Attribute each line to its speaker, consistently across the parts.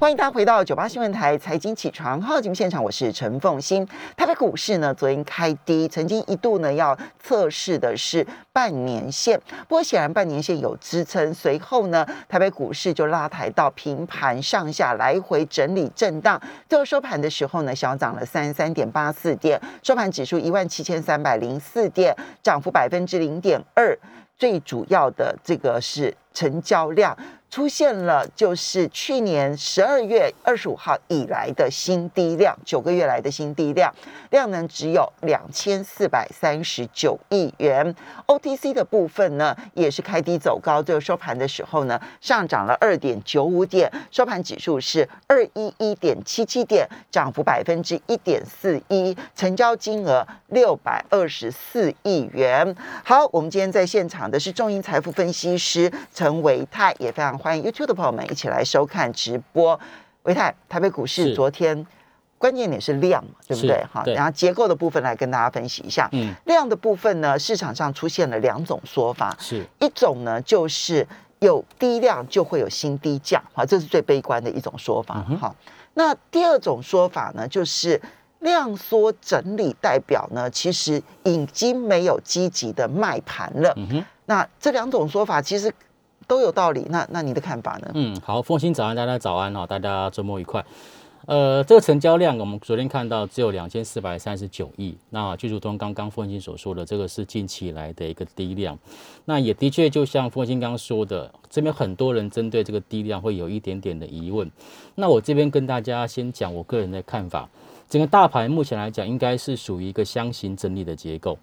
Speaker 1: 欢迎大家回到九八新闻台财经起床号节目现场，我是陈凤欣。台北股市呢，昨天开低，曾经一度呢要测试的是半年线，不过显然半年线有支撑，随后呢，台北股市就拉抬到平盘上下来回整理震荡，最后收盘的时候呢，小涨了三十三点八四点，收盘指数一万七千三百零四点，涨幅百分之零点二。最主要的这个是成交量出现了，就是去年十二月二十五号以来的新低量，九个月来的新低量，量能只有两千四百三十九亿元。OTC 的部分呢，也是开低走高，最后收盘的时候呢，上涨了二点九五点，收盘指数是二一一点七七点，涨幅百分之一点四一，成交金额六百二十四亿元。好，我们今天在现场。的是中银财富分析师陈维泰，也非常欢迎 YouTube 的朋友们一起来收看直播。维泰，台北股市
Speaker 2: 是
Speaker 1: 昨天关键点是量嘛，对不对
Speaker 2: 是？
Speaker 1: 哈，
Speaker 2: 对
Speaker 1: 然后结构的部分来跟大家分析一下。
Speaker 2: 嗯，
Speaker 1: 量的部分呢，市场上出现了两种说法，
Speaker 2: 是
Speaker 1: 一种呢就是有低量就会有新低价，哈，这是最悲观的一种说法，
Speaker 2: 嗯哼
Speaker 1: 哈、那第二种说法呢，就是量缩整理代表呢，其实已经没有积极的卖盘了。
Speaker 2: 嗯哼，
Speaker 1: 那这两种说法其实都有道理。那那你的看法呢？
Speaker 2: 嗯，好，风兴早安，大家早安哦，大家周末愉快。呃，这个成交量我们昨天看到只有两千四百三十九亿，那就如同刚刚凤欣所说的，这个是近期以来的一个低量。那也的确就像凤欣刚刚说的，这边很多人针对这个低量会有一点点的疑问。那我这边跟大家先讲我个人的看法，整个大盘目前来讲应该是属于一个箱型整理的结构。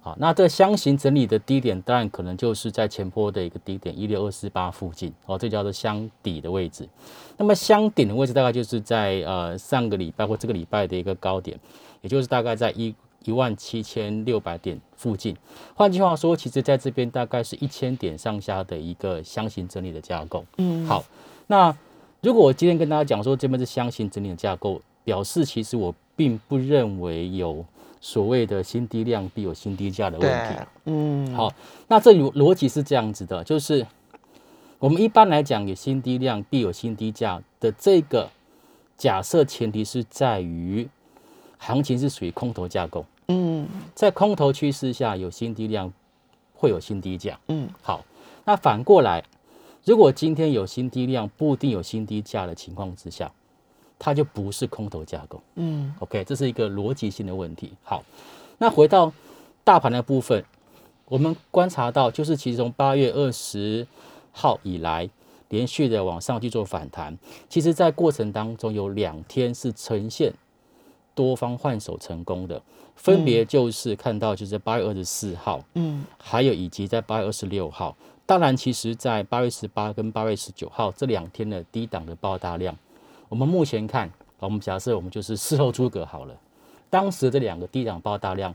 Speaker 2: 好，那这箱型整理的低点，当然可能就是在前坡的一个低点一六二四八附近，哦，这叫做箱底的位置。那么箱顶的位置大概就是在呃上个礼拜或这个礼拜的一个高点，也就是大概在一一万七千六百点附近。换句话说，其实在这边大概是一千点上下的一个箱型整理的架构。嗯，好，那如果我今天跟大家讲说这边是箱型整理的架构，表示其实我并不认为有所谓的新低量必有新低价的问题。，
Speaker 1: 嗯，
Speaker 2: 好，那这逻逻辑是这样子的，就是我们一般来讲，有新低量必有新低价的这个假设前提是在于行情是属于空头架构，
Speaker 1: 嗯
Speaker 2: 在空头趋势下有新低量会有新低价。
Speaker 1: 嗯
Speaker 2: 好，那反过来，如果今天有新低量不一定有新低价的情况之下，它就不是空头架构。
Speaker 1: 嗯
Speaker 2: OK，这是一个逻辑性的问题。好，那回到大盘的部分，我们观察到，就是其实从八月二十号以来，连续的往上去做反弹，其实在过程当中有两天是呈现多方换手成功的，分别就是看到就是八月二十四号，
Speaker 1: 嗯
Speaker 2: 还有以及在八月二十六号。当然，其实在八月十八跟八月十九号这两天的低档的爆大量，我们目前看，好我们假设我们就是事后诸葛好了，当时这两个低档爆大量，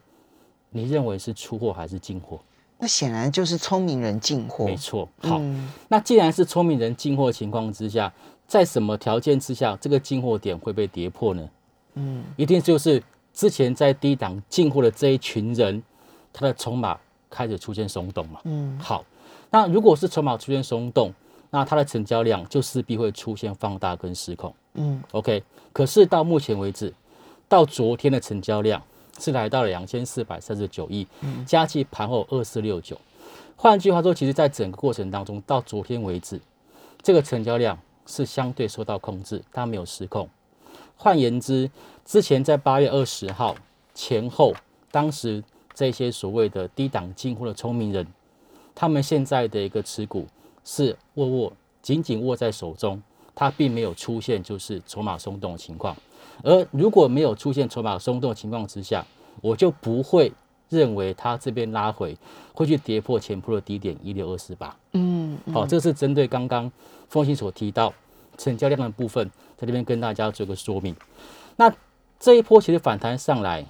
Speaker 2: 你认为是出货还是进货？
Speaker 1: 那显然就是聪明人进货
Speaker 2: 没。错，好，
Speaker 1: 嗯
Speaker 2: 那既然是聪明人进货情况之下，在什么条件之下，这个进货点会被跌破呢？嗯，一定就是之前在低档进货的这一群人，他的筹码开始出现松动嘛。
Speaker 1: 嗯
Speaker 2: 好，那如果是筹码出现松动，那它的成交量就势必会出现放大跟失控。
Speaker 1: 嗯
Speaker 2: OK，可是到目前为止，到昨天的成交量是来到了两千四百三十九亿，
Speaker 1: 嗯
Speaker 2: 加计盘后二四六九。换句话说，其实在整个过程当中，到昨天为止，这个成交量是相对受到控制，它没有失控。换言之，之前在八月二十号前后，当时这些所谓的低档进货的聪明人，他们现在的一个持股是握握紧紧握在手中，它并没有出现就是筹码松动的情况。而如果没有出现筹码松动的情况之下，我就不会认为它这边拉回会去跌破前坡的低点一六二四八。
Speaker 1: 嗯
Speaker 2: 好、这是针对刚刚风信所提到成交量的部分，在这边跟大家做个说明。那这一波其实反弹上来，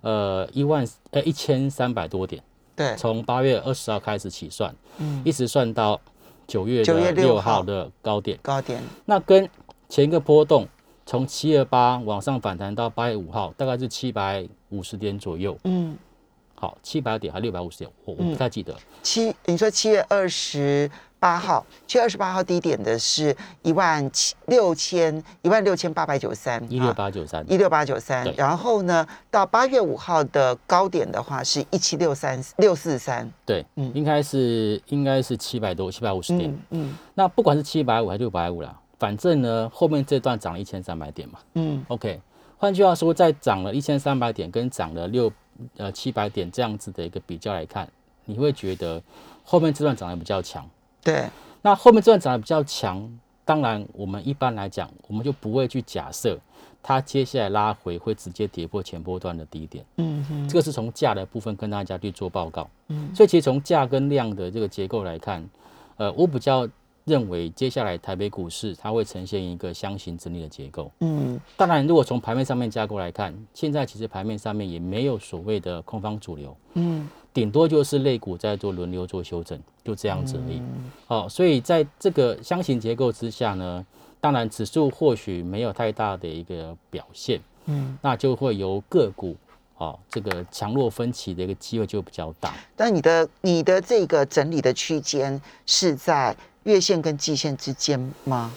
Speaker 2: 呃，一万呃一千三百多点，
Speaker 1: 对，
Speaker 2: 从八月二十号开始起算，
Speaker 1: 嗯
Speaker 2: 一直算到九月
Speaker 1: 9月
Speaker 2: 的
Speaker 1: 6
Speaker 2: 六
Speaker 1: 号
Speaker 2: 号的高点。
Speaker 1: 高点，
Speaker 2: 那跟前一个波动从七二八往上反弹到八月五号，大概是七百五十点左右，
Speaker 1: 嗯，
Speaker 2: 好，七百点还六百五十点，我我不太记得。
Speaker 1: 七，你说七月二十八号，七月二十八号低点的是一万七六千一万六千八百九十三，啊
Speaker 2: 一六八九三，
Speaker 1: 一六八九三
Speaker 2: 对，
Speaker 1: 然后呢，到八月五号的高点的话是一七六三六四三，
Speaker 2: 对，
Speaker 1: 嗯
Speaker 2: 应该是应该是七百多，七百五十点。
Speaker 1: 嗯嗯
Speaker 2: 那不管是七百五还是六百五啦，反正呢后面这段涨了一千三百点嘛。
Speaker 1: 嗯
Speaker 2: OK，换句话说，在涨了一千三百点跟涨了六呃七百点这样子的一个比较来看，你会觉得后面这段涨得比较强。
Speaker 1: 对，
Speaker 2: 那后面这段涨得比较强，当然我们一般来讲，我们就不会去假设它接下来拉回会直接跌破前波段的低点。
Speaker 1: 嗯哼，
Speaker 2: 这个是从价的部分跟大家去做报告。嗯，所以其实从价跟量的这个结构来看，呃，我比较认为接下来台北股市它会呈现一个箱型整理的结构。
Speaker 1: 嗯
Speaker 2: 当然，如果从盘面上面架构来看，现在其实盘面上面也没有所谓的空方主流，
Speaker 1: 嗯
Speaker 2: 顶多就是类股在做轮流做修正，就这样子而已。好、所以在这个箱型结构之下呢，当然指数或许没有太大的一个表现，
Speaker 1: 嗯。
Speaker 2: 那就会由个股哦这个强弱分歧的一个机会就比较大。
Speaker 1: 但你的你的这个整理的区间是在月线跟季线之间吗？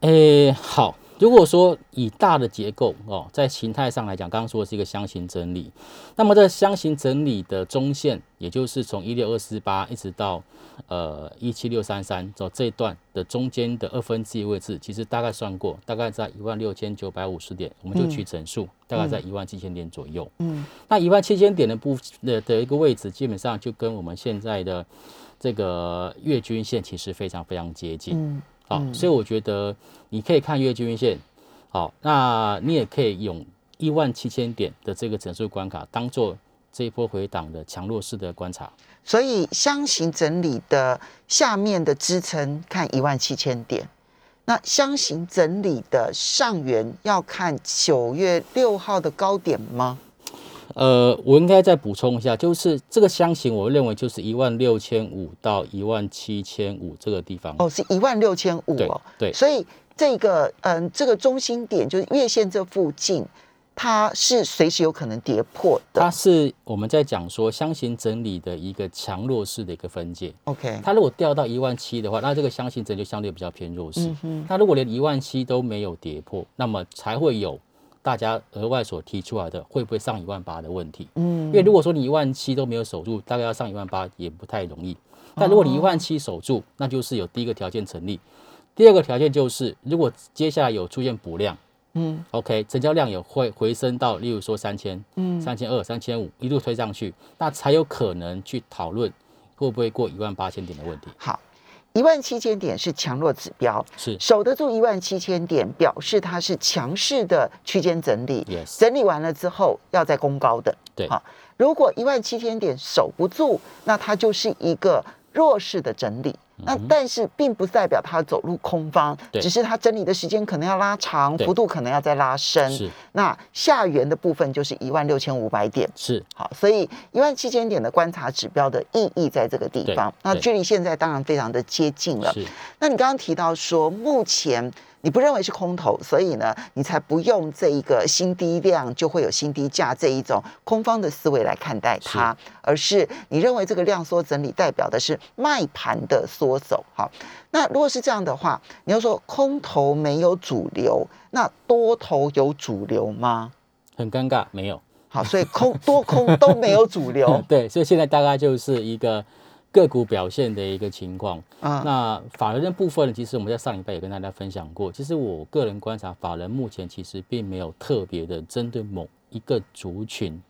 Speaker 2: 诶，好，如果说以大的结构哦，在形态上来讲，刚刚说的是一个箱型整理，那么这箱型整理的中线，也就是从一六二四八一直到呃一七六三三，走这一段的中间的二分之一位置，其实大概算过，大概在一万六千九百五十点，我们就取整数，大概在一万七千点左右。
Speaker 1: 嗯，
Speaker 2: 那一万七千点的部的的一个位置，基本上就跟我们现在的这个月均线其实非常非常接近。
Speaker 1: 嗯
Speaker 2: 好、所以我觉得你可以看月均线，好，那你也可以用一万七千点的这个整数关卡当做这一波回档的强弱势的观察。
Speaker 1: 所以箱型整理的下面的支撑看一万七千点，那箱型整理的上缘要看九月六号的高点吗？
Speaker 2: 呃，我应该再补充一下，就是这个箱型，我认为就是一万六千五到一万七千五这个地方。
Speaker 1: 哦，是一万六千五
Speaker 2: 对
Speaker 1: 哦。
Speaker 2: 对
Speaker 1: 所以这个嗯，这个中心点就是月线这附近，它是随时有可能跌破的
Speaker 2: 它。是我们在讲说箱型整理的一个强弱势的一个分界。
Speaker 1: OK，
Speaker 2: 它如果掉到一万七的话，那这个箱型整理就相对比较偏弱势。
Speaker 1: 嗯
Speaker 2: 那如果连一万七都没有跌破，那么才会有大家额外所提出来的会不会上一万八的问题。因
Speaker 1: 嗯
Speaker 2: 为如果说你一万七都没有守住，大概要上一万八也不太容易。但如
Speaker 1: 哦
Speaker 2: 果你一万七守住，那就是有第一个条件成立。第二个条件就是，如果接下来有出现补量
Speaker 1: 嗯
Speaker 2: ，OK，成交量也会回升到，例如说三千、
Speaker 1: 嗯，
Speaker 2: 三千二、三千五，一路推上去，那才有可能去讨论会不会过一万八千点的问题。
Speaker 1: 好，一万七千点是强弱指标，
Speaker 2: 是
Speaker 1: 守得住一万七千点，表示它是强势的区间整理。
Speaker 2: ，yes，
Speaker 1: 整理完了之后要再攻高的。
Speaker 2: 对
Speaker 1: 好、如果一万七千点守不住，那它就是一个弱势的整理。那但是并不代表它走入空方，
Speaker 2: 嗯对
Speaker 1: 只是它整理的时间可能要拉长，
Speaker 2: 对
Speaker 1: 幅度可能要再拉深。
Speaker 2: 是
Speaker 1: 那下缘的部分就是一万六千五百点。
Speaker 2: 是，
Speaker 1: 好，所以一万七千点的观察指标的意义在这个地方
Speaker 2: 对。
Speaker 1: 那
Speaker 2: 对
Speaker 1: 距离现在当然非常的接近了。
Speaker 2: 是
Speaker 1: 那你刚刚提到说，目前你不认为是空头，所以呢，你才不用这一个新低量就会有新低价这一种空方的思维来看待它，而是你认为这个量缩整理代表的是卖盘的缩手。好，那如果是这样的话，你要说空头没有主流，那多头有主流吗？
Speaker 2: 很尴尬，没有。。
Speaker 1: 好，所以空多空都没有主流
Speaker 2: 对，所以现在大概就是一个个股表现的一个情况。
Speaker 1: 嗯
Speaker 2: 那法人的部分呢，其实我们在上礼拜也跟大家分享过。其实我个人观察，法人目前其实并没有特别的针对某一个族群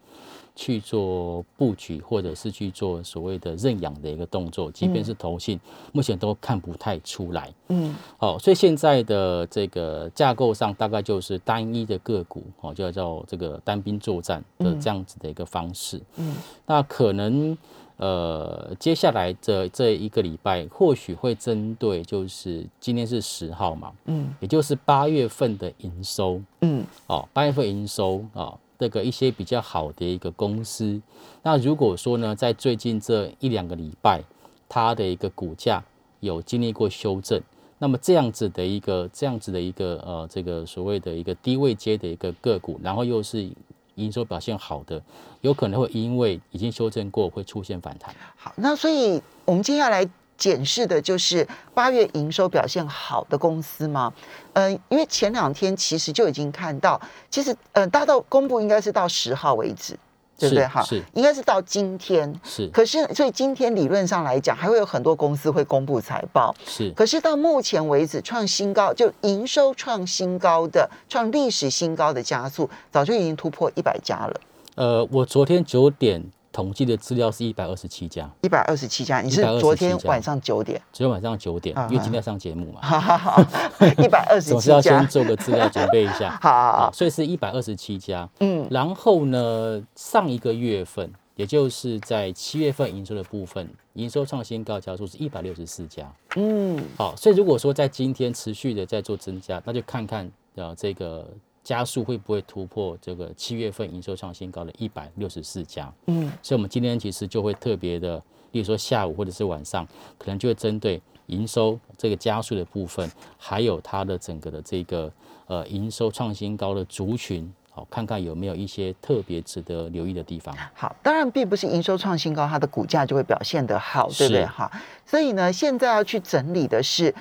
Speaker 2: 去做布局，或者是去做所谓的认养的一个动作，即便是投信，目前都看不太出来。
Speaker 1: 嗯
Speaker 2: 好、所以现在的这个架构上，大概就是单一的个股，哦，就叫这个单兵作战的这样子的一个方式。
Speaker 1: 嗯，
Speaker 2: 那可能呃，接下来这这一个礼拜，或许会针对就是今天是十号嘛，
Speaker 1: 嗯
Speaker 2: 也就是八月份的营收，
Speaker 1: 嗯
Speaker 2: 哦，八月份营收哦，这个一些比较好的一个公司。那如果说呢，在最近这一两个礼拜，它的一个股价有经历过修正，那么这样子的一个这样子的一个呃，这个所谓的一个低位阶的一个个股，然后又是营收表现好的，有可能会因为已经修正过会出现反弹。
Speaker 1: 好，那所以我们接下来检视的就是八月营收表现好的公司吗？呃，因为前两天其实就已经看到，其实呃，大到公布应该是到十号为止，对不对？
Speaker 2: 是
Speaker 1: 哈，
Speaker 2: 是
Speaker 1: 应该是到今天。
Speaker 2: 是
Speaker 1: 可是，所以今天理论上来讲，还会有很多公司会公布财报。
Speaker 2: 是
Speaker 1: 可是到目前为止，创新高就营收创新高的、创历史新高的加速，早就已经突破一百家了，
Speaker 2: 呃，我昨天九点统计的资料是一百二十七家，
Speaker 1: 一百二十七家。你是
Speaker 2: 127
Speaker 1: 昨天
Speaker 2: 家
Speaker 1: 晚上九点，
Speaker 2: 昨天晚上九点，因为今天要上节目嘛，
Speaker 1: 哈哈哈， 一百二十
Speaker 2: 总是
Speaker 1: 七
Speaker 2: 要先
Speaker 1: 家。。
Speaker 2: 做个资料准备一下
Speaker 1: 好
Speaker 2: 啊，，所以是一百二十七家。
Speaker 1: 嗯，
Speaker 2: 然后呢，上一个月份，也就是在七月份营收的部分，营收创新高家数是一百六十四家。
Speaker 1: 嗯，
Speaker 2: 好，所以如果说在今天持续的在做增加，那就看看呃这个加速会不会突破这个七月份营收创新高的一百六十四家。
Speaker 1: 嗯，
Speaker 2: 所以我们今天其实就会特别的，例如说下午或者是晚上，可能就会针对营收这个加速的部分，还有它的整个的这个呃营收创新高的族群，好、看看有没有一些特别值得留意的地方。
Speaker 1: 好，当然并不是营收创新高，它的股价就会表现得好，对不对？
Speaker 2: 是
Speaker 1: 哈，所以呢，现在要去整理的是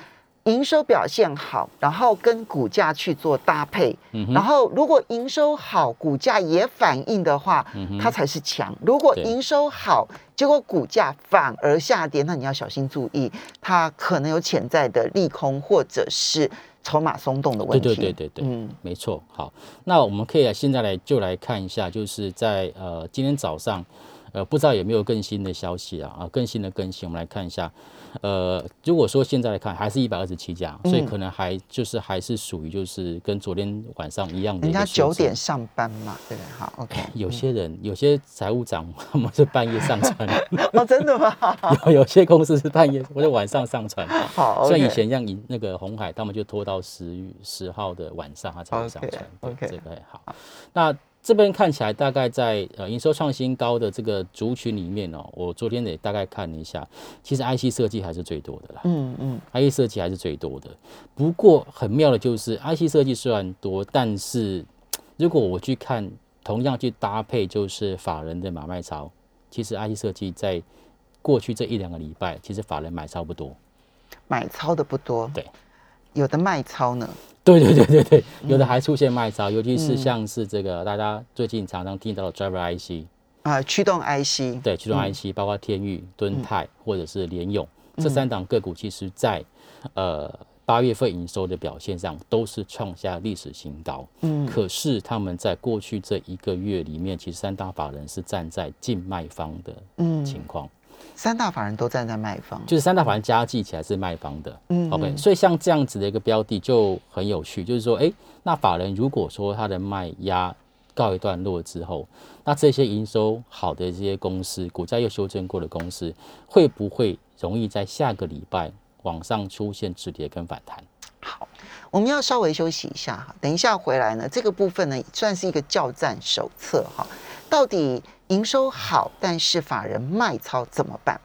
Speaker 1: 营收表现好，然后跟股价去做搭配。
Speaker 2: 嗯
Speaker 1: 然
Speaker 2: 哼，
Speaker 1: 后，如果营收好，股价也反应的话，它才是强。如果
Speaker 2: 嗯对
Speaker 1: 营收好，结果股价反而下跌，那你要小心注意，它可能有潜在的利空或者是筹码松动的问
Speaker 2: 对
Speaker 1: 题。
Speaker 2: 对对对对。
Speaker 1: 嗯，
Speaker 2: 没错，好，那我们可以来现在来就来看一下，就是在呃今天早上，呃不知道有没有更新的消息啊啊更新的更新，我们来看一下，呃如果说现在来看还是一百二十七家，
Speaker 1: 嗯
Speaker 2: 所以可能还就是还是属于就是跟昨天晚上一样的
Speaker 1: 人
Speaker 2: 一
Speaker 1: 家
Speaker 2: 个数
Speaker 1: 九
Speaker 2: 字
Speaker 1: 点。嗯上班嘛，对不对？好，OK。
Speaker 2: 有些人，有些财务长他们是半夜上传，
Speaker 1: 哦，真的吗？
Speaker 2: 有有些公司是半夜或者晚上上传。
Speaker 1: 好，OK，
Speaker 2: 像以前像以那个红海，他们就拖到十十号的晚上，它才会上传。
Speaker 1: OK，OK
Speaker 2: 对这个也好。那这边看起来大概在呃营收创新高的这个族群里面哦，我昨天也大概看了一下，其实 IC 设计还是最多的啦。
Speaker 1: 嗯嗯，
Speaker 2: IC 设计还是最多的。不过很妙的就是 IC 设计虽然多，但是如果我去看，同样去搭配就是法人的买卖潮，其实 IC 设计在过去这一两个礼拜，其实法人买超不多。
Speaker 1: 买超的不多，
Speaker 2: 对，
Speaker 1: 有的卖超呢，
Speaker 2: 对对对对对，有的还出现卖超，尤其是像是这个大家最近常常听到的 driver IC，
Speaker 1: 啊、驱动 IC，
Speaker 2: 对，驱动 IC，包括天域、敦泰或者是联咏这三档个股，其实在呃八月份营收的表现上都是创下历史新高。
Speaker 1: 嗯，
Speaker 2: 可是他们在过去这一个月里面，其实三大法人是站在净卖方的情况。
Speaker 1: 三大法人都站在卖方，
Speaker 2: 就是三大法人加计起来是卖方的。
Speaker 1: 嗯
Speaker 2: o k 所以像这样子的一个标的就很有趣，就是说，哎、那法人如果说他的卖压告一段落之后，那这些营收好的这些公司，股价又修正过的公司，会不会容易在下个礼拜往上出现止跌跟反弹？
Speaker 1: 好，我们要稍微休息一下哈，等一下回来呢，这个部分呢算是一个教战手册哈，到底营收好，但是法人卖超怎么办？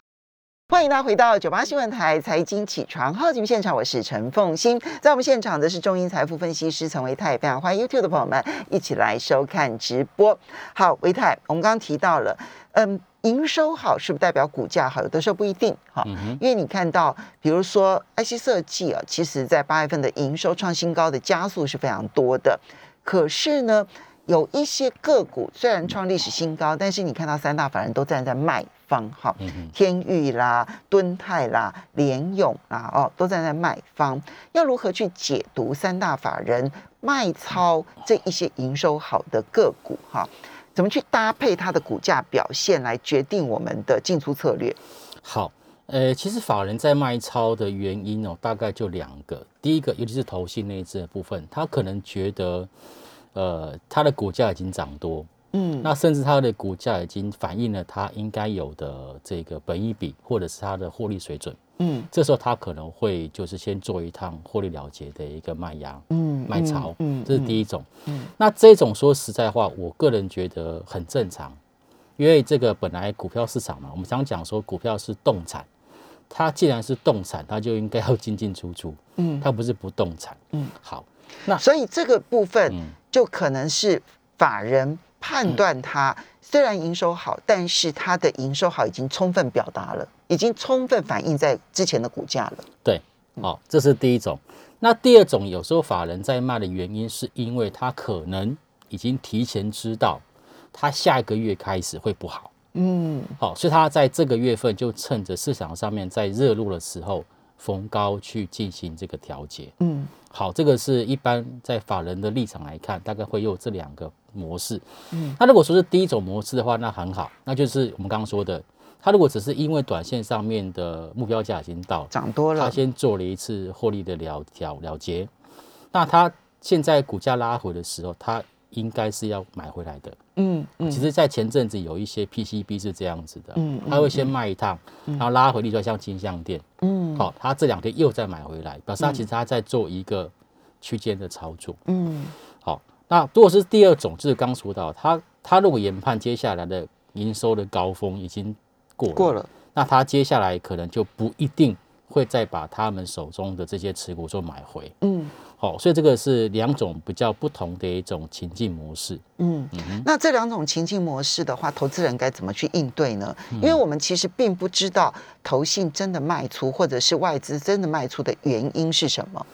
Speaker 1: 欢迎大家回到九八新闻台财经起床号节目现场，我是陈凤欣，在我们现场的是中银财富分析师陈维泰，非常欢迎 YouTube 的朋友们一起来收看直播。好，维泰，我们刚刚提到了，嗯，营收好是不是代表股价好？有的时候不一定哈，
Speaker 2: 嗯哼，
Speaker 1: 因为你看到，比如说 IC 设计啊，其实在八月份的营收创新高的加速是非常多的。可是呢，有一些个股虽然创历史新高，但是你看到三大法人都站在卖方，哈，
Speaker 2: 嗯哼，
Speaker 1: 天域啦、敦泰啦、联勇啦，哦，都站在卖方。要如何去解读三大法人卖超这一些营收好的个股，哈？怎么去搭配它的股价表现来决定我们的进出策略？
Speaker 2: 好。呃，其实法人在卖超的原因哦，大概就两个。第一个，尤其是投信那一支的部分，他可能觉得，呃，它的股价已经涨多，
Speaker 1: 嗯，
Speaker 2: 那甚至它的股价已经反映了它应该有的这个本益比，或者是它的获利水准。
Speaker 1: 嗯
Speaker 2: 这时候它可能会就是先做一趟获利了结的一个卖压、
Speaker 1: 嗯，
Speaker 2: 卖超，
Speaker 1: 嗯，
Speaker 2: 这是
Speaker 1: 嗯
Speaker 2: 第一种。
Speaker 1: 嗯
Speaker 2: 那这种说实在话，我个人觉得很正常，因为这个本来股票市场嘛，我们常讲说股票是动产，它既然是动产，它就应该要进进出出，
Speaker 1: 嗯
Speaker 2: 它不是不动产。
Speaker 1: 嗯，
Speaker 2: 好，
Speaker 1: 所以这个部分
Speaker 2: 嗯
Speaker 1: 就可能是法人判断它虽然营收好，但是它的营收好已经充分表达了，已经充分反映在之前的股价了。
Speaker 2: 对，好、嗯哦这是第一种。那第二种，有时候法人在卖的原因，是因为他可能已经提前知道，他下一个月开始会不好，
Speaker 1: 嗯，
Speaker 2: 好、所以他在这个月份就趁着市场上面在热络的时候，逢高去进行这个调节。
Speaker 1: 嗯，
Speaker 2: 好，这个是一般在法人的立场来看，大概会有这两个模式。嗯，那如果说是第一种模式的话，那很好，那就是我们刚刚说的，他如果只是因为短线上面的目标价已经到了，
Speaker 1: 涨多
Speaker 2: 他
Speaker 1: 了，
Speaker 2: 先做了一次获利的了了了结，那他现在股价拉回的时候，他应该是要买回来的。
Speaker 1: 嗯嗯
Speaker 2: 其实，在前阵子有一些 PCB 是这样子的，
Speaker 1: 嗯
Speaker 2: 他会先卖一趟，然后拉回力，就像金项店，
Speaker 1: 嗯
Speaker 2: 好、他这两天又再买回来，表示他其实他在做一个区间的操作。
Speaker 1: 嗯
Speaker 2: 好、那如果是第二种，就是刚说到他他如果研判接下来的营收的高峰已经过了，
Speaker 1: 过了，
Speaker 2: 那他接下来可能就不一定会再把他们手中的这些持股做买回。
Speaker 1: 嗯
Speaker 2: 好、所以这个是两种比较不同的一种情境模式。
Speaker 1: 嗯。那这两种情境模式的话，投资人该怎么去应对呢？因为我们其实并不知道投信真的卖出，或者是外资真的卖出的原因是什么。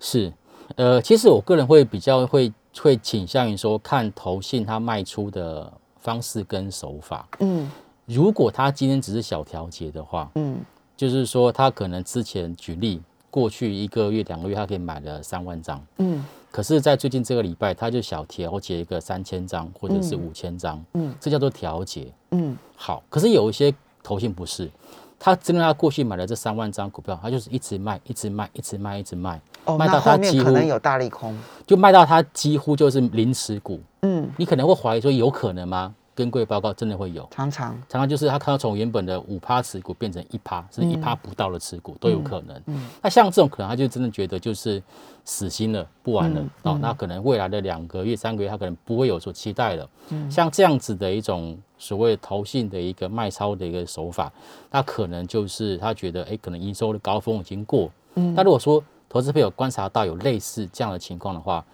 Speaker 2: 是，呃，其实我个人会比较会会倾向于说，看投信它卖出的方式跟手法。
Speaker 1: 嗯
Speaker 2: 如果它今天只是小调节的话，
Speaker 1: 嗯
Speaker 2: 就是说它可能之前举例，过去一个月、两个月它可以买了三万张，
Speaker 1: 嗯
Speaker 2: 可是，在最近这个礼拜，它就小调节一个三千张或者是五千张，
Speaker 1: 嗯
Speaker 2: 这叫做调节。
Speaker 1: 嗯
Speaker 2: 好，可是有一些投信不是，他真的他过去买了这三万张股票，他就是一直卖，一直卖，一直卖，一直卖，
Speaker 1: 哦，
Speaker 2: 卖
Speaker 1: 那
Speaker 2: 到
Speaker 1: 后
Speaker 2: 他
Speaker 1: 面
Speaker 2: 几
Speaker 1: 可
Speaker 2: 乎
Speaker 1: 能有大利空。
Speaker 2: 就卖到它几乎就是零持股。
Speaker 1: 嗯，
Speaker 2: 你可能会怀疑说，有可能吗？跟贵报告真的会有，
Speaker 1: 常常。
Speaker 2: 常常就是他看到从原本的五趴持股变成一趴，甚至一趴不到的持股都有可能。那像这种可能他就真的觉得就是死心了，不玩了、哦。那可能未来的两个月、三个月，他可能不会有所期待了。像这样子的一种所谓投信的一个卖超的一个手法，那可能就是他觉得哎、诶可能营收的高峰已经过。那如果说投资朋友观察到有类似这样的情况的话，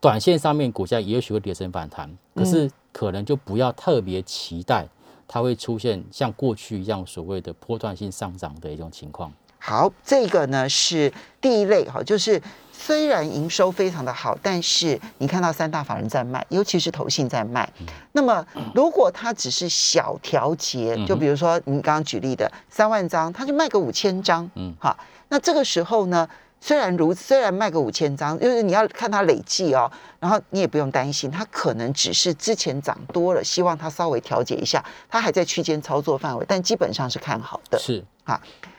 Speaker 2: 短线上面股价也许会跌升反弹，可是可能就不要特别期待它会出现像过去一样所谓的波段性上涨的一种情况。
Speaker 1: 好，这个呢是第一类哈，就是虽然营收非常的好，但是你看到三大法人在卖，尤其是投信在卖。那么如果它只是小调节，就比如说你刚刚举例的三万张，它就卖个五千张，嗯，好，那这个时候呢？虽然如虽然卖个五千张，就是你要看它累计哦，然后你也不用担心，它可能只是之前涨多了，希望它稍微调节一下，它还在区间操作范围，但基本上是看好的。
Speaker 2: 是，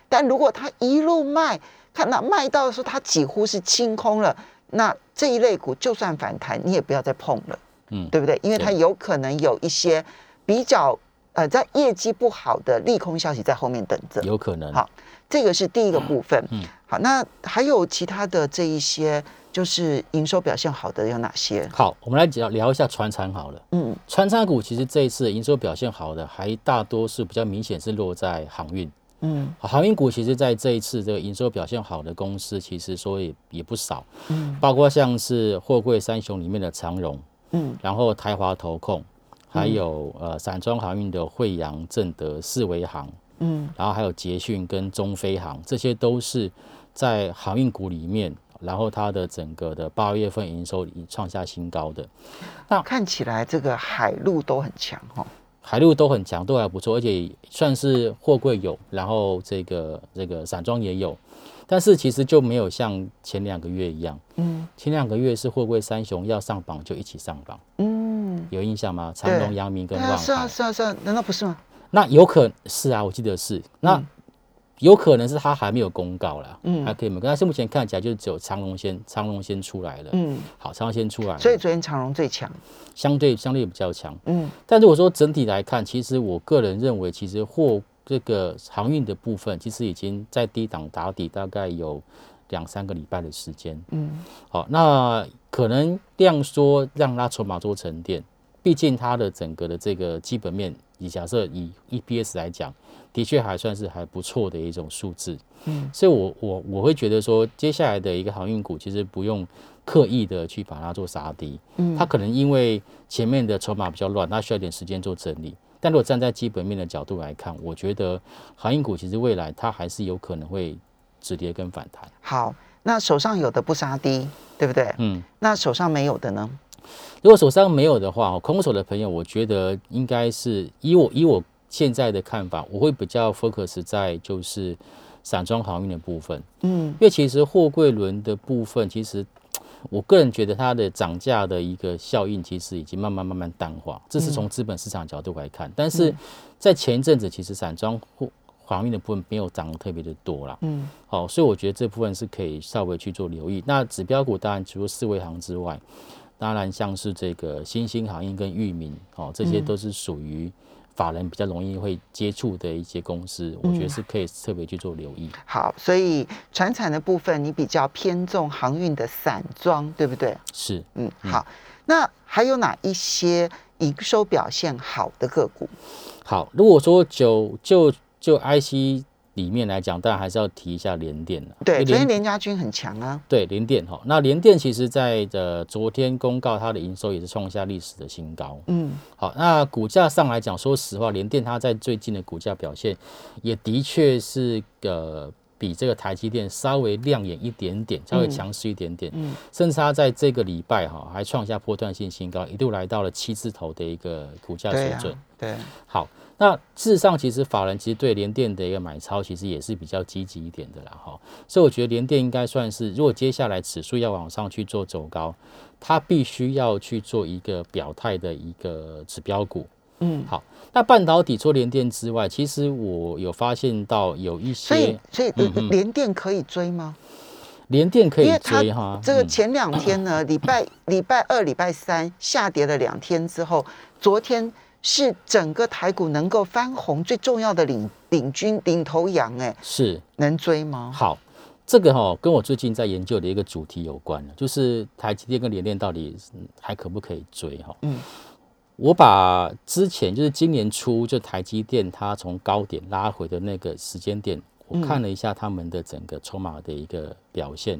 Speaker 1: 但如果他一路卖，看到卖到的时候，他几乎是清空了，那这一类股就算反弹，你也不要再碰了，
Speaker 2: 嗯，
Speaker 1: 对不对？因为它
Speaker 2: 对
Speaker 1: 有可能有一些比较呃，在业绩不好的利空消息在后面等着。
Speaker 2: 有可能。
Speaker 1: 好这个是第一个部分。好，那还有其他的这一些，就是营收表现好的有哪些？
Speaker 2: 好，我们来聊聊一下船产好了。
Speaker 1: 嗯
Speaker 2: 船产股其实这一次营收表现好的，还大多是比较明显是落在航运。
Speaker 1: 嗯
Speaker 2: 好航运股其实在这一次这个营收表现好的公司，其实说也也不少，
Speaker 1: 嗯
Speaker 2: 包括像是货柜三雄里面的长荣，
Speaker 1: 嗯
Speaker 2: 然后台华投控，还有、呃散装航运的惠阳、正德、四维航，
Speaker 1: 嗯
Speaker 2: 然后还有捷讯跟中飞航，这些都是在航运股里面，然后它的整个的八月份营收已创下新高的，
Speaker 1: 看起来这个海陆都很强哦。
Speaker 2: 海陆都很强，都还不错，而且算是货柜有，然后这个这个散装也有，但是其实就没有像前两个月一样，
Speaker 1: 嗯
Speaker 2: 前两个月是货柜三雄要上榜就一起上榜，
Speaker 1: 嗯，
Speaker 2: 有印象吗？长隆、
Speaker 1: 对
Speaker 2: 阳明跟
Speaker 1: 对
Speaker 2: 万
Speaker 1: 啊，是啊
Speaker 2: 海。
Speaker 1: 是啊是啊，难道不是吗？
Speaker 2: 那有可是啊，我记得是那、
Speaker 1: 嗯
Speaker 2: 有可能是他还没有公告啦，嗯，还可以没有，但是目前看起来就只有长隆先长隆先出来了，
Speaker 1: 嗯，
Speaker 2: 好，长隆先出来了，
Speaker 1: 所以昨天长荣最强。
Speaker 2: 相对相对比较强。
Speaker 1: 嗯
Speaker 2: 但如果说整体来看，其实我个人认为，其实货这个航运的部分，其实已经在低档打底，大概有两三个礼拜的时间。
Speaker 1: 嗯
Speaker 2: 好，那可能量缩让它筹码做沉淀，毕竟它的整个的这个基本面，你假设以 EPS E 来讲，的确还算是还不错的一种数字。
Speaker 1: 嗯，
Speaker 2: 所以我我我会觉得说，接下来的一个航运股其实不用刻意的去把它做杀低，
Speaker 1: 嗯
Speaker 2: 它可能因为前面的筹码比较乱，它需要一点时间做整理。但如果站在基本面的角度来看，我觉得航运股其实未来它还是有可能会止跌跟反弹。
Speaker 1: 好，那手上有的不杀低，对不对？
Speaker 2: 嗯，
Speaker 1: 那手上没有的呢？
Speaker 2: 如果手上没有的话，哦空手的朋友，我觉得应该是以我以我现在的看法，我会比较 focus 在就是散装航运的部分。
Speaker 1: 嗯
Speaker 2: 因为其实货柜轮的部分，其实我个人觉得它的涨价的一个效应，其实已经慢慢慢慢淡化，这是从资本市场角度来看。但是在前一阵子，其实散装货航运的部分没有涨得特别的多啦。
Speaker 1: 嗯
Speaker 2: 好，所以我觉得这部分是可以稍微去做留意。那指标股当然除了四维行之外，当然像是这个新兴行业跟域名，哦，这些都是属于法人比较容易会接触的一些公司，我觉得是可以特别去做留意。
Speaker 1: 好，所以船产的部分你比较偏重航运的散装，对不对？
Speaker 2: 是。
Speaker 1: 嗯，好。那还有哪一些营收表现好的个股？
Speaker 2: 好，如果说就就就 IC 里面来讲，当然还是要提一下联电了。因
Speaker 1: 对，
Speaker 2: 为
Speaker 1: 昨天
Speaker 2: 联
Speaker 1: 联家军很强啊。
Speaker 2: 对联电哈，那联电其实在呃昨天公告它的营收也是创下历史的新高。
Speaker 1: 嗯
Speaker 2: 好，那股价上来讲，说实话，联电它在最近的股价表现也的确是呃比这个台积电稍微亮眼一点点，稍微强势一点点，
Speaker 1: 嗯
Speaker 2: 甚至它在这个礼拜哈还创下波段性新高，一度来到了七字头的一个股价水
Speaker 1: 对呀、啊
Speaker 2: 准。
Speaker 1: 对，
Speaker 2: 好，那事实上，其实法人其实对联电的一个买超，其实也是比较积极一点的啦，哈。所以我觉得联电应该算是，如果接下来指数要往上去做走高，它必须要去做一个表态的一个指标股。
Speaker 1: 嗯，
Speaker 2: 好，那半导体除了联电之外，其实我有发现到有一
Speaker 1: 所以
Speaker 2: 些
Speaker 1: 所以
Speaker 2: 嗯
Speaker 1: 联电可以追吗？
Speaker 2: 联电可以
Speaker 1: 因为它
Speaker 2: 追哈，
Speaker 1: 这个
Speaker 2: 嗯
Speaker 1: 前两天呢， 礼拜礼拜二、礼拜三下跌了两天之后，昨天是整个台股能够翻红最重要的领领军领头羊，哎，
Speaker 2: 是
Speaker 1: 能追吗？
Speaker 2: 好，这个哈、跟我最近在研究的一个主题有关了，就是台积电跟联电到底嗯还可不可以追哈、
Speaker 1: 嗯，
Speaker 2: 我把之前就是今年初就台积电它从高点拉回的那个时间点，
Speaker 1: 嗯
Speaker 2: 我看了一下他们的整个筹码的一个表现，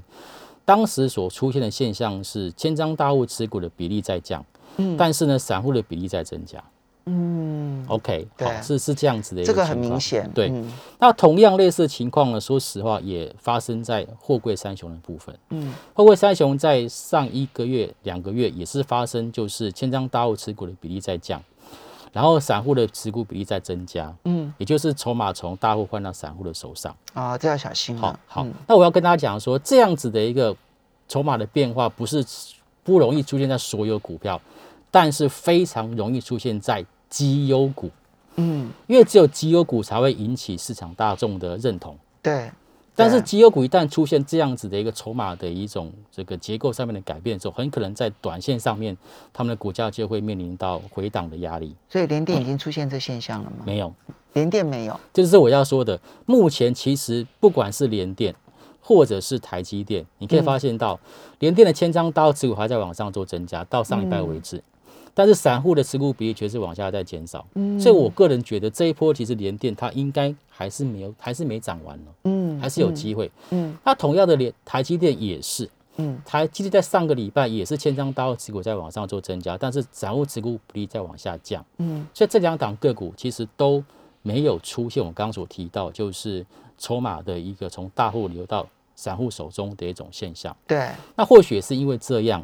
Speaker 2: 当时所出现的现象是千张大户持股的比例在降，
Speaker 1: 嗯
Speaker 2: 但是呢散户的比例在增加。
Speaker 1: 嗯，
Speaker 2: OK，
Speaker 1: 对
Speaker 2: 好，是是这样子的一
Speaker 1: 这
Speaker 2: 个情
Speaker 1: 个
Speaker 2: 况，
Speaker 1: 很明显。
Speaker 2: 对，
Speaker 1: 嗯
Speaker 2: 那同样类似的情况呢，说实话也发生在货柜三雄的部分。
Speaker 1: 嗯，
Speaker 2: 货柜三雄在上一个月、两个月也是发生，就是千张大户持股的比例在降，然后散户的持股比例在增加。
Speaker 1: 嗯，
Speaker 2: 也就是筹码从大户换到散户的手上。
Speaker 1: 啊，这要小心
Speaker 2: 好
Speaker 1: 了。
Speaker 2: 好
Speaker 1: 嗯，
Speaker 2: 那我要跟大家讲说，这样子的一个筹码的变化不是不容易出现在所有股票，但是非常容易出现在绩优股，
Speaker 1: 嗯，
Speaker 2: 因为只有绩优股才会引起市场大众的认同。
Speaker 1: 对，
Speaker 2: 但是
Speaker 1: 对啊
Speaker 2: 绩优股一旦出现这样子的一个筹码的一种这个结构上面的改变的时候，很可能在短线上面，他们的股价就会面临到回档的压力。
Speaker 1: 所以联电已经出现这现象了吗？
Speaker 2: 没有，
Speaker 1: 联电没有。
Speaker 2: 这就是我要说的。目前其实不管是联电或者是台积电，你可以发现到联电的千张刀持股还在往上做增加，到上礼拜为止。
Speaker 1: 嗯
Speaker 2: 但是散户的持股比例却是往下在减少，
Speaker 1: 嗯
Speaker 2: 所以我个人觉得这一波其实联电它应该还是没有，还是没涨完哦，
Speaker 1: 嗯，
Speaker 2: 还是有机会。
Speaker 1: 嗯
Speaker 2: 那同样的连台积电也是，
Speaker 1: 嗯，
Speaker 2: 台积电在上个礼拜也是千张刀持股在往上做增加，但是散户持股比例在往下降，
Speaker 1: 嗯，
Speaker 2: 所以这两档个股其实都没有出现我刚刚所提到就是筹码的一个从大户流到散户手中的一种现象。
Speaker 1: 对，
Speaker 2: 那或许也是因为这样，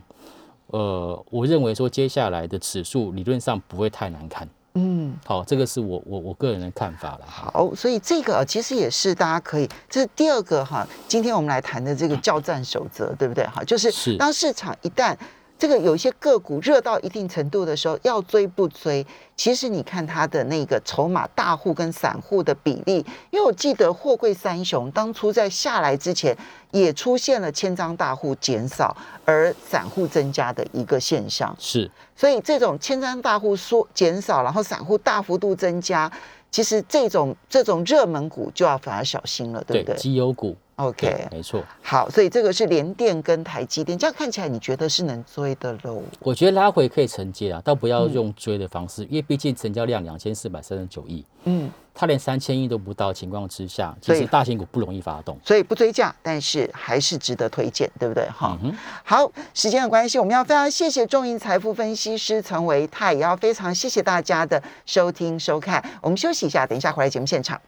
Speaker 2: 呃，我认为说接下来的指数理论上不会太难看。
Speaker 1: 嗯。
Speaker 2: 好，这个是我我我个人的看法了。
Speaker 1: 好，所以这个呃其实也是大家可以，这是第二个哈。今天我们来谈的这个叫战守则，对不对？哈，就是
Speaker 2: 是
Speaker 1: 当市场一旦这个有一些个股热到一定程度的时候，要追不追？其实你看它的那个筹码大户跟散户的比例，因为我记得货柜三雄当初在下来之前，也出现了千张大户减少而散户增加的一个现象。
Speaker 2: 是
Speaker 1: 所以这种千张大户缩减少，然后散户大幅度增加，其实这种这种热门股就要反而小心了，对
Speaker 2: 对
Speaker 1: 不对
Speaker 2: 绩优股，
Speaker 1: o
Speaker 2: 对
Speaker 1: k，
Speaker 2: 没错。
Speaker 1: 好，所以这个是联电跟台积电，这样看起来你觉得是能追的喽？
Speaker 2: 我觉得拉
Speaker 1: 嗯
Speaker 2: 回可以承接啊，但不要用追的方式，因为毕竟成交量两千四百三十九亿，
Speaker 1: 嗯，
Speaker 2: 它连三千亿都不到情况之下，其实
Speaker 1: 对
Speaker 2: 大型股不容易发动。
Speaker 1: 所以不追价，但是还是值得推荐，对不对？哈、
Speaker 2: 嗯哼
Speaker 1: 好，时间的关系，我们要非常谢谢中银财富分析师陈维泰，也要非常谢谢大家的收听收看。我们休息一下，等一下回来节目现场。